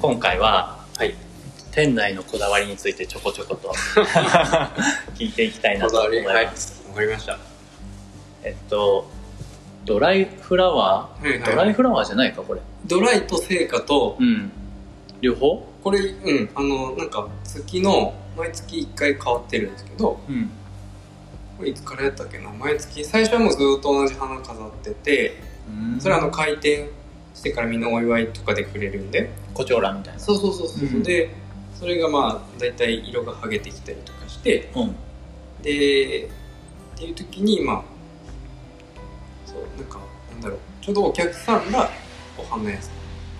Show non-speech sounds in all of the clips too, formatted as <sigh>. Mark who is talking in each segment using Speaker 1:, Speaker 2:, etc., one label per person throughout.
Speaker 1: 今回は
Speaker 2: はい。
Speaker 1: 店内のこだわりについてちょこちょこと
Speaker 2: <laughs>
Speaker 1: 聞いていきたいな
Speaker 2: ことだ
Speaker 1: 思
Speaker 2: わり、
Speaker 1: い
Speaker 2: はい。わ
Speaker 1: ま
Speaker 2: か
Speaker 1: す、
Speaker 2: りました。
Speaker 1: えっとドライフラワー、
Speaker 2: はいはい
Speaker 1: ドライフラワーじゃないかこれ
Speaker 2: ドライと成果と、
Speaker 1: うん両方
Speaker 2: これ、うん、あの、なんか、月の、毎月一回変わってるんですけど、
Speaker 1: うん
Speaker 2: これいつからやったっけな毎月、最初はもうずっと同じ花飾ってて、それはあの、開店してからみんなお祝いとかでくれるんで、
Speaker 1: コチョウランみたいな
Speaker 2: そうそうそうそう。
Speaker 1: うん
Speaker 2: で、それがまあ、だいたい色が剥げてきたりとかして、
Speaker 1: うん
Speaker 2: でっていう時にまあそうなんかなんだろうちょうどお客さんがお花屋さん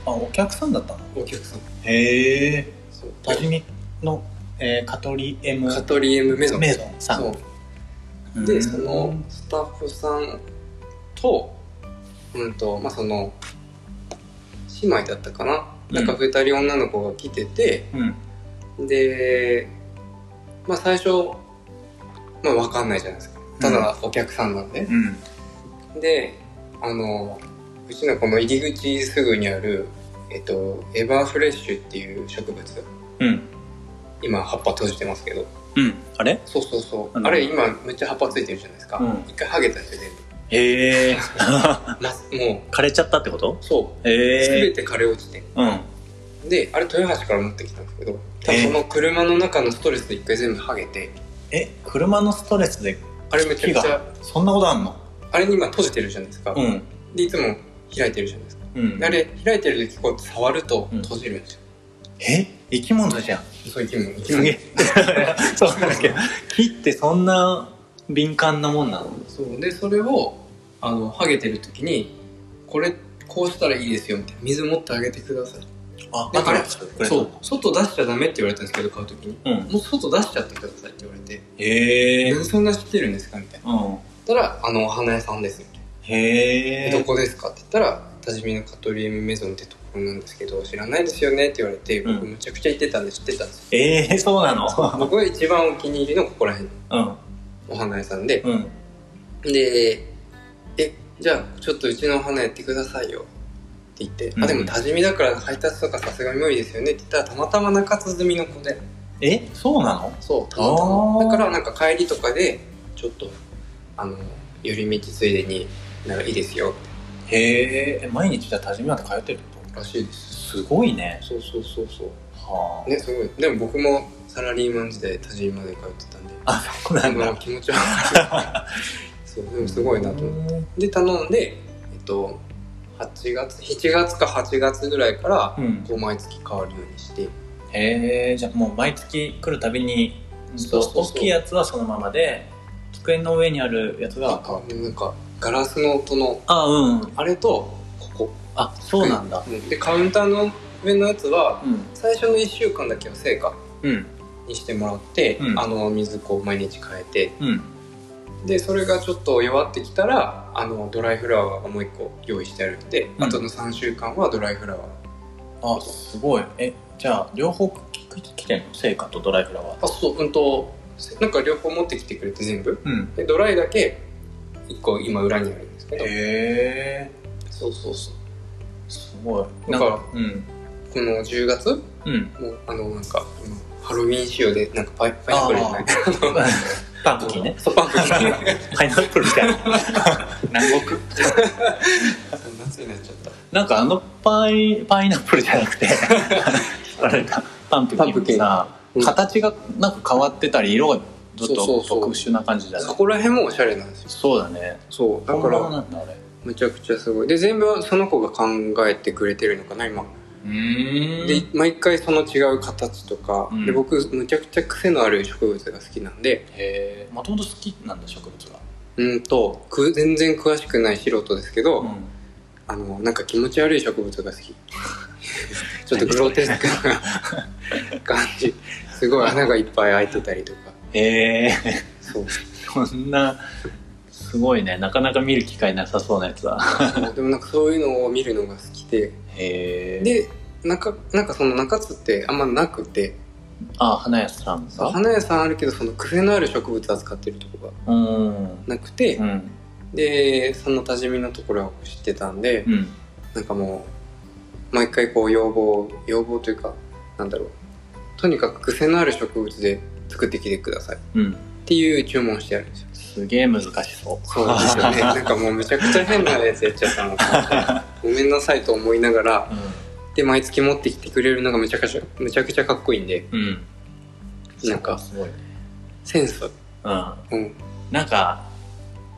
Speaker 1: あお客さんだったの
Speaker 2: お客さん
Speaker 1: へえ
Speaker 2: そう
Speaker 1: 多治見の、えー、カトリエム
Speaker 2: カトリエムメゾン
Speaker 1: メゾンさん
Speaker 2: そううんでそのスタッフさんとうんとまあその姉妹だったかな、なんか2人女の子が来てて
Speaker 1: うん
Speaker 2: でまあ最初まあ分かんないじゃないですかただお客さんなんで、
Speaker 1: うん
Speaker 2: であのうちのこの入り口すぐにある、えっと、エバーフレッシュっていう植物
Speaker 1: うん
Speaker 2: 今葉っぱ閉じてますけど
Speaker 1: うんあれ
Speaker 2: そうそうそう
Speaker 1: あ
Speaker 2: あ
Speaker 1: の
Speaker 2: れ今めっちゃ葉っぱついてるじゃないですか、
Speaker 1: うん
Speaker 2: 一回ハゲたんですよ全部
Speaker 1: へえ
Speaker 2: まも
Speaker 1: 枯れちゃったってこと
Speaker 2: うそう
Speaker 1: へ
Speaker 2: 全
Speaker 1: え
Speaker 2: て枯れ落ちて
Speaker 1: うん
Speaker 2: であれ豊橋から持ってきたんですけど多分
Speaker 1: えー
Speaker 2: その車の中のストレスで一回全部ハゲて
Speaker 1: え車のストレスで
Speaker 2: あれめちゃく
Speaker 1: 木
Speaker 2: ちゃ
Speaker 1: そんなことあんの
Speaker 2: あれに今閉じてるじゃないですか、
Speaker 1: うん
Speaker 2: でいつも開いてるじゃないですか、
Speaker 1: うん
Speaker 2: であれ開いてる時こう触ると
Speaker 1: うん
Speaker 2: 閉じるんですよ、
Speaker 1: え生き物じゃん
Speaker 2: そういう気分生
Speaker 1: す
Speaker 2: き物
Speaker 1: げえそうなんだけど木ってそんな敏感なもんなの
Speaker 2: そうでそれをあのハゲてる時にこれこうしたらいいですよみたいな水持ってあげてください
Speaker 1: あ
Speaker 2: だから
Speaker 1: くれた
Speaker 2: そう外出しちゃダメって言われたんですけど買う時に
Speaker 1: うん
Speaker 2: もう外出しちゃってくださいって言われて
Speaker 1: へ
Speaker 2: え
Speaker 1: え
Speaker 2: 何そんな知ってるんですかみたいな
Speaker 1: うん
Speaker 2: たらあのお花屋さんですみたいな、
Speaker 1: へえ
Speaker 2: どこですかって言ったら多治見のカトリウムメゾンってところなんですけど知らないですよねって言われて
Speaker 1: うん
Speaker 2: 僕むちゃくちゃ行ってたんで知ってたんです
Speaker 1: <laughs>
Speaker 2: よ、
Speaker 1: えー、そうなの
Speaker 2: 僕が一番お気に入りのここら辺の
Speaker 1: うん
Speaker 2: お花屋さんで、
Speaker 1: うん
Speaker 2: で「えじゃあちょっとうちのお花やってくださいよ」って言って「
Speaker 1: うん
Speaker 2: あでも多治見だから配達とかさすがに無理ですよね」って言ったらたまたま中津住の子で
Speaker 1: えそうなの
Speaker 2: そうたまたま
Speaker 1: あー
Speaker 2: だからなんか帰りとかでちょっとあの寄り道ついでにならいいですよ
Speaker 1: へえ毎日じゃあ多治見まで通ってるってこ
Speaker 2: らしいです
Speaker 1: とすごいね
Speaker 2: そうそうそうそう
Speaker 1: はあ、
Speaker 2: ねすごいでも僕もサラリーマン時代多治見まで通ってたんで
Speaker 1: あそうなん
Speaker 2: ま
Speaker 1: だ
Speaker 2: あ気持ちはわか
Speaker 1: <laughs>
Speaker 2: るそうでもすごいなと思って。
Speaker 1: 思って
Speaker 2: で頼んでえっと8月7月か8月ぐらいから
Speaker 1: うん
Speaker 2: こう毎月変わるようにして
Speaker 1: へえじゃあもう毎月来るたびにうんと
Speaker 2: そうそうそう
Speaker 1: 大きいやつはそのままで机の上にあるやつ
Speaker 2: なん
Speaker 1: が
Speaker 2: かなんかガラスの音の
Speaker 1: あうんうん
Speaker 2: あれとここ
Speaker 1: あそうなんだ
Speaker 2: でカウンターの上のやつは
Speaker 1: うん
Speaker 2: 最初の1週間だけは成果
Speaker 1: うん
Speaker 2: にしてもらって、
Speaker 1: うん
Speaker 2: あの水こう毎日変えて
Speaker 1: うん
Speaker 2: でそれがちょっと弱ってきたらあのドライフラワーがもう1個用意してあるんで、
Speaker 1: うん
Speaker 2: あとの3週間はドライフラワー
Speaker 1: あすごいえじゃあ両方きき来てんの成果とドライフラワー
Speaker 2: あそううんとなんか両方持ってきてくれて全部
Speaker 1: うん
Speaker 2: でドライだけ1個今裏にあるんですけど
Speaker 1: へえ
Speaker 2: そうそうそう
Speaker 1: すごいな
Speaker 2: だ
Speaker 1: ん
Speaker 2: から
Speaker 1: かうん
Speaker 2: この10月
Speaker 1: うん
Speaker 2: もうあのなんか今ハロウィン仕様でなんかパイパイナップルじゃない
Speaker 1: <laughs> <laughs> パンプキンね
Speaker 2: <laughs> そうパンプキン
Speaker 1: パイナップルみた <laughs> いな南国
Speaker 2: 夏になっちゃった
Speaker 1: なんかあのパイパイナップルじゃなくて
Speaker 2: <laughs>
Speaker 1: あれだパンプキンってさ
Speaker 2: パンプキンうん
Speaker 1: 形がなんか変わってたり色がちょっ
Speaker 2: そ
Speaker 1: と
Speaker 2: うそうそう
Speaker 1: 特殊な感じだね
Speaker 2: そこら辺もおしゃれなんですよ
Speaker 1: そうだね
Speaker 2: そうだか
Speaker 1: 本物
Speaker 2: ら
Speaker 1: なんだあれ
Speaker 2: むちゃくちゃすごいで全部はその子が考えてくれてるのかな今、
Speaker 1: うーん
Speaker 2: で毎回その違う形とか、
Speaker 1: うん
Speaker 2: で僕むちゃくちゃ癖のある植物が好きなんで
Speaker 1: へえもともと好きなんだ植物が
Speaker 2: うんとく全然詳しくない素人ですけど、
Speaker 1: うん
Speaker 2: あのなんか気持ち悪い植物が
Speaker 1: <laughs>
Speaker 2: 好きちょっとグロテスクな感じすごい穴がいっぱい開いてたりとか
Speaker 1: へえ <laughs>
Speaker 2: そう
Speaker 1: そんなすごいねなかなか見る機会なさそうなやつだ
Speaker 2: そうでもなんかそういうのを見るのが好きで
Speaker 1: へえ
Speaker 2: でなんかなんかその中津ってあんまなくて
Speaker 1: あ花屋さんが
Speaker 2: 花屋さんあるけどその癖のある植物扱ってるとこが
Speaker 1: うん
Speaker 2: なくて、
Speaker 1: うん
Speaker 2: でその多治見のところは知ってたんで、
Speaker 1: うん
Speaker 2: なんかもう毎回こう要望要望というかなんだろうとにかく癖のある植物で作ってきてくださいっ
Speaker 1: うん。
Speaker 2: ていう注文してあるんですよ
Speaker 1: すげえ難しそう。
Speaker 2: そうですよねなんかもうめちゃくちゃ変なやつやっちゃったのかごめんなさいと思いながらで毎月持ってきてくれるのがめちゃくちゃめちゃくちゃかっこいいんで
Speaker 1: うん。うん。
Speaker 2: なんか
Speaker 1: すごいね。
Speaker 2: センス
Speaker 1: うん。
Speaker 2: うん
Speaker 1: なんか、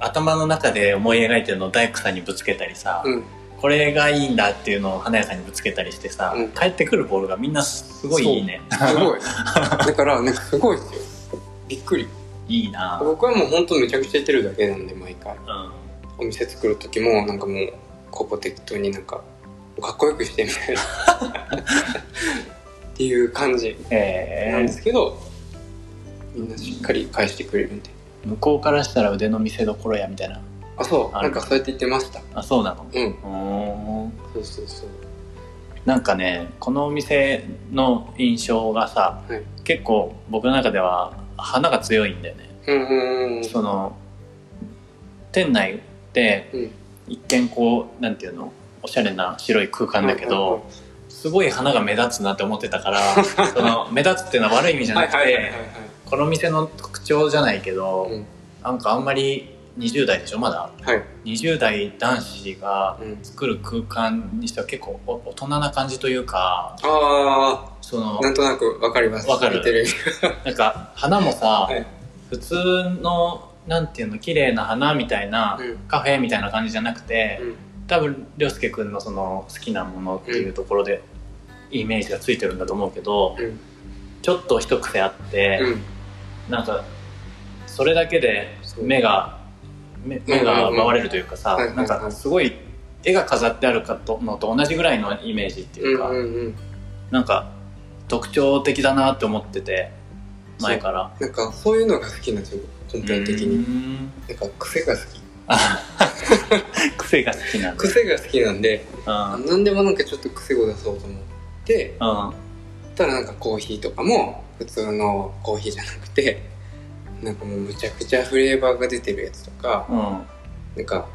Speaker 1: 頭の中で思い描いてるのを大工さんにぶつけたりさ、
Speaker 2: うん
Speaker 1: これがいいんだっていうのを花屋さんにぶつけたりしてさ、
Speaker 2: うん
Speaker 1: 帰ってくるボールがみんなすごいいいね。
Speaker 2: すごいだからなんかすごいですよびっくり
Speaker 1: いいな
Speaker 2: 僕はもうほんとめちゃくちゃいてるだけなんで毎回
Speaker 1: うん。
Speaker 2: お店作る時もなんかもうここ適当になんかかっこよくしてみたいな
Speaker 1: <laughs>
Speaker 2: っていう感じ
Speaker 1: え
Speaker 2: なんで
Speaker 1: ー
Speaker 2: すけど、みんなしっかり返してくれるんで
Speaker 1: 向こうからしたら腕の見せどころやみたいな。
Speaker 2: あそう
Speaker 1: あ
Speaker 2: なんかそうやって言ってました
Speaker 1: あ、そうなの
Speaker 2: うん
Speaker 1: うーん。
Speaker 2: そうそうそう
Speaker 1: なんかね、このお店の印象がさ、
Speaker 2: はい
Speaker 1: 結構僕の中では花が強いんだよね。
Speaker 2: うんうんうん
Speaker 1: その、店内って
Speaker 2: うん
Speaker 1: 一見こう、なんていうのおしゃれな白い空間だけど、すごい花が目立つなって思ってたから
Speaker 2: <laughs>
Speaker 1: その目立つっていうのは悪い意味じゃ
Speaker 2: は
Speaker 1: ないく
Speaker 2: はいはいはい
Speaker 1: て
Speaker 2: はい
Speaker 1: この店の特徴じゃないけど、
Speaker 2: うん
Speaker 1: なんかあんまり20代でしょまだ
Speaker 2: はい
Speaker 1: 20代男子が
Speaker 2: うん
Speaker 1: 作る空間にしては結構お大人な感じというか
Speaker 2: あ
Speaker 1: その
Speaker 2: あなんとなくわかります
Speaker 1: わかる
Speaker 2: 似てる
Speaker 1: なんか花もさ、
Speaker 2: はい
Speaker 1: 普通のなんていうの綺麗な花みたいな、
Speaker 2: うん
Speaker 1: カフェみたいな感じじゃなくて、
Speaker 2: うん
Speaker 1: 多分涼介くんのその好きなものっていうところで、イメージがついてるんだと思うけど、
Speaker 2: うん
Speaker 1: ちょっと一癖あって、
Speaker 2: うん
Speaker 1: なんかそれだけで
Speaker 2: そう
Speaker 1: 目が目目が奪われるというかさ、
Speaker 2: うんうんうん
Speaker 1: なん
Speaker 2: はいはいは
Speaker 1: か
Speaker 2: い
Speaker 1: すごい絵が飾ってあるかとのと同じぐらいのイメージって
Speaker 2: う
Speaker 1: いうんか、
Speaker 2: うんうん
Speaker 1: なんか特徴的だなって思ってて前から
Speaker 2: なんかそういうのが好きなんですよ根本的に
Speaker 1: に
Speaker 2: なんか癖が好き
Speaker 1: 癖が好きなんだ
Speaker 2: 癖が好きなんで
Speaker 1: うん
Speaker 2: 何でもなんかちょっと癖を出そうと思って
Speaker 1: うん
Speaker 2: たらなんかコーヒーとかも普通のコーヒーじゃなくてなんかもうむちゃくちゃフレーバーが出てるやつとか
Speaker 1: うん
Speaker 2: なんか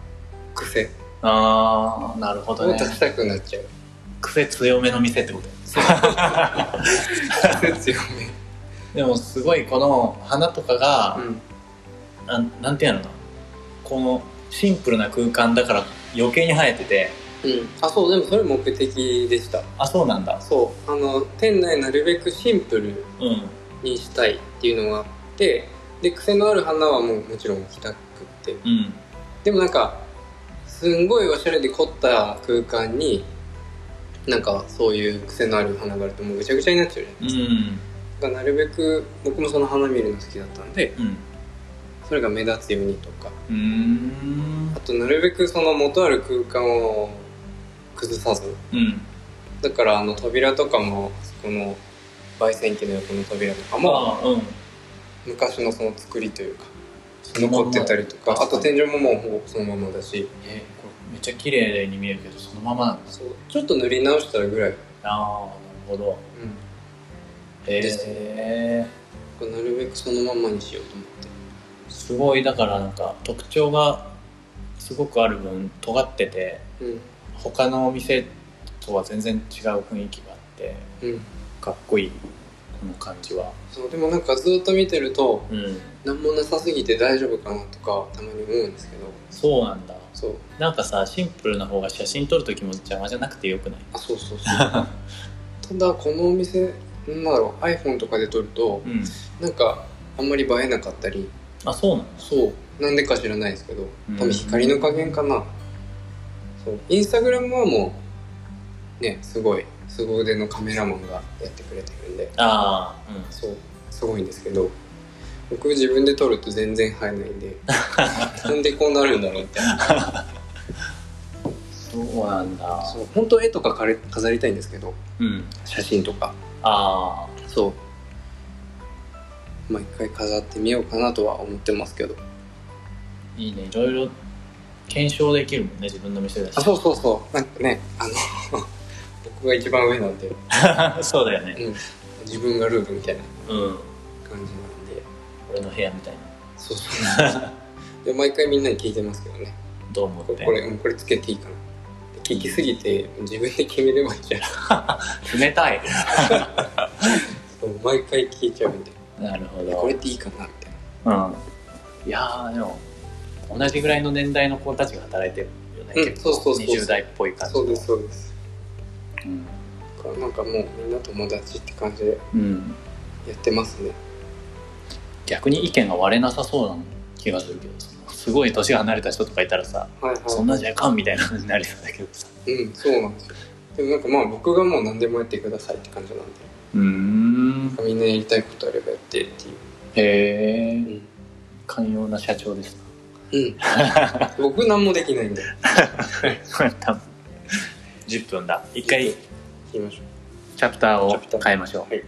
Speaker 2: 癖
Speaker 1: ああなるほど
Speaker 2: を
Speaker 1: ね
Speaker 2: 出したくなっちゃう
Speaker 1: 癖強めの店ってこと
Speaker 2: 癖強め
Speaker 1: でもすごいこの花とかが、
Speaker 2: <laughs> うん
Speaker 1: なんなんていうのかなこのシンプルな空間だから余計に生えてて
Speaker 2: うんあそうでもそれ目的でした
Speaker 1: あそうなんだ
Speaker 2: そうあの店内なるべくシンプル
Speaker 1: うん
Speaker 2: にしたいっていうのがあってで癖のある花はもうもちろん置きたくって
Speaker 1: うん
Speaker 2: でもなんかすんごいおしゃれで凝った空間になんかそういう癖のある花があるともうぐちゃぐちゃになっちゃうじゃない
Speaker 1: うん
Speaker 2: だからなるべく僕もその花見るの好きだったんで
Speaker 1: うん
Speaker 2: それが目立つようにとか
Speaker 1: うーん
Speaker 2: あとなるべくその元ある空間を崩さず
Speaker 1: うん
Speaker 2: だからあの扉とかもこの焙煎機の横の扉とかも
Speaker 1: まあうん
Speaker 2: 昔のその作りというか
Speaker 1: そのまんま
Speaker 2: 残ってたりとかあと天井ももうほぼそのままだし
Speaker 1: えーこれめっちゃ綺麗に見えるけどそのままなんです
Speaker 2: そうちょっと塗り直したらぐらい、
Speaker 1: ああなるほど
Speaker 2: うん
Speaker 1: へ
Speaker 2: です
Speaker 1: え
Speaker 2: なるべくそのままにしようと思って
Speaker 1: ー、すごいだからなんか特徴がすごくある分尖ってて
Speaker 2: う
Speaker 1: 他のお店とは全然違う雰囲気があって
Speaker 2: んうん
Speaker 1: かっこいいこの感じは
Speaker 2: そうでもなんかずっと見てると
Speaker 1: うん
Speaker 2: 何もなさすぎて大丈夫かなとかたまに思うんですけど
Speaker 1: そうなんだ
Speaker 2: そう
Speaker 1: なんかさシンプルな方が写真撮る時も邪魔じゃなくてよくない
Speaker 2: あそうそうそうただこのお店なんだろう iPhone とかで撮ると
Speaker 1: うん
Speaker 2: なんかあんまり映えなかったり
Speaker 1: あそうなの
Speaker 2: そうなんでか知らないですけど
Speaker 1: うん
Speaker 2: 多分光の加減かな、そうインスタグラムはもうねすごい凄腕のカメラマンがやってくれてるんで
Speaker 1: ああうん
Speaker 2: そうすごいんですけど僕自分で撮ると全然映えないんでなんでこうなるんだろうって
Speaker 1: そうなんだ
Speaker 2: そう本当絵とかかれ飾りたいんですけど
Speaker 1: うん
Speaker 2: 写真とか
Speaker 1: あ
Speaker 2: そうまあ一回飾ってみようかなとは思ってますけど
Speaker 1: あいいねいろいろ検証できるもんね自分の店だし
Speaker 2: あそうそうそうなんかねあの <laughs> 僕が一番上なんで、
Speaker 1: う <laughs> そうだよね
Speaker 2: うん、自分がルールみたいな
Speaker 1: うん
Speaker 2: 感じなんで
Speaker 1: 俺の部屋みたいな
Speaker 2: そうそうで毎回みんなに聞いてますけどね
Speaker 1: どう思っ
Speaker 2: こ
Speaker 1: て
Speaker 2: れこれうんこれつけていいかなって聞きすぎて自分で決めればいいじゃん
Speaker 1: 冷たい。
Speaker 2: そう毎回聞いちゃうんで
Speaker 1: なるほ
Speaker 2: こ
Speaker 1: ど
Speaker 2: れ。っていいかなって
Speaker 1: うん。いやー、でも、同じぐらいの年代の子たちが働いてるよね。
Speaker 2: うん
Speaker 1: 結構
Speaker 2: そうそうそうそう
Speaker 1: 20代っぽい感じの。
Speaker 2: そうですそうです
Speaker 1: うん。
Speaker 2: だからなんかもうみんな友達って感じで
Speaker 1: うん。
Speaker 2: やってますね
Speaker 1: 逆に意見が割れなさそうな気がするけど、すごい年が離れた人とかいたらさ、
Speaker 2: はいはい
Speaker 1: そんなんじゃいかんみたいな感じになりそうだけどさ。
Speaker 2: うんそうなんですよでもなんかまあ僕がもう何でもやってくださいって感じなんで
Speaker 1: うーん。
Speaker 2: みんなやりたいことあればやってっていう
Speaker 1: へ
Speaker 2: う
Speaker 1: ー。
Speaker 2: ん、
Speaker 1: 寛容な社長です
Speaker 2: うん、僕何もできないんで
Speaker 1: な。 <laughs> 多分10分だ。一回、
Speaker 2: 言いましょう
Speaker 1: チャプター
Speaker 2: チ
Speaker 1: を
Speaker 2: ャプター
Speaker 1: 変えましょう。
Speaker 2: はい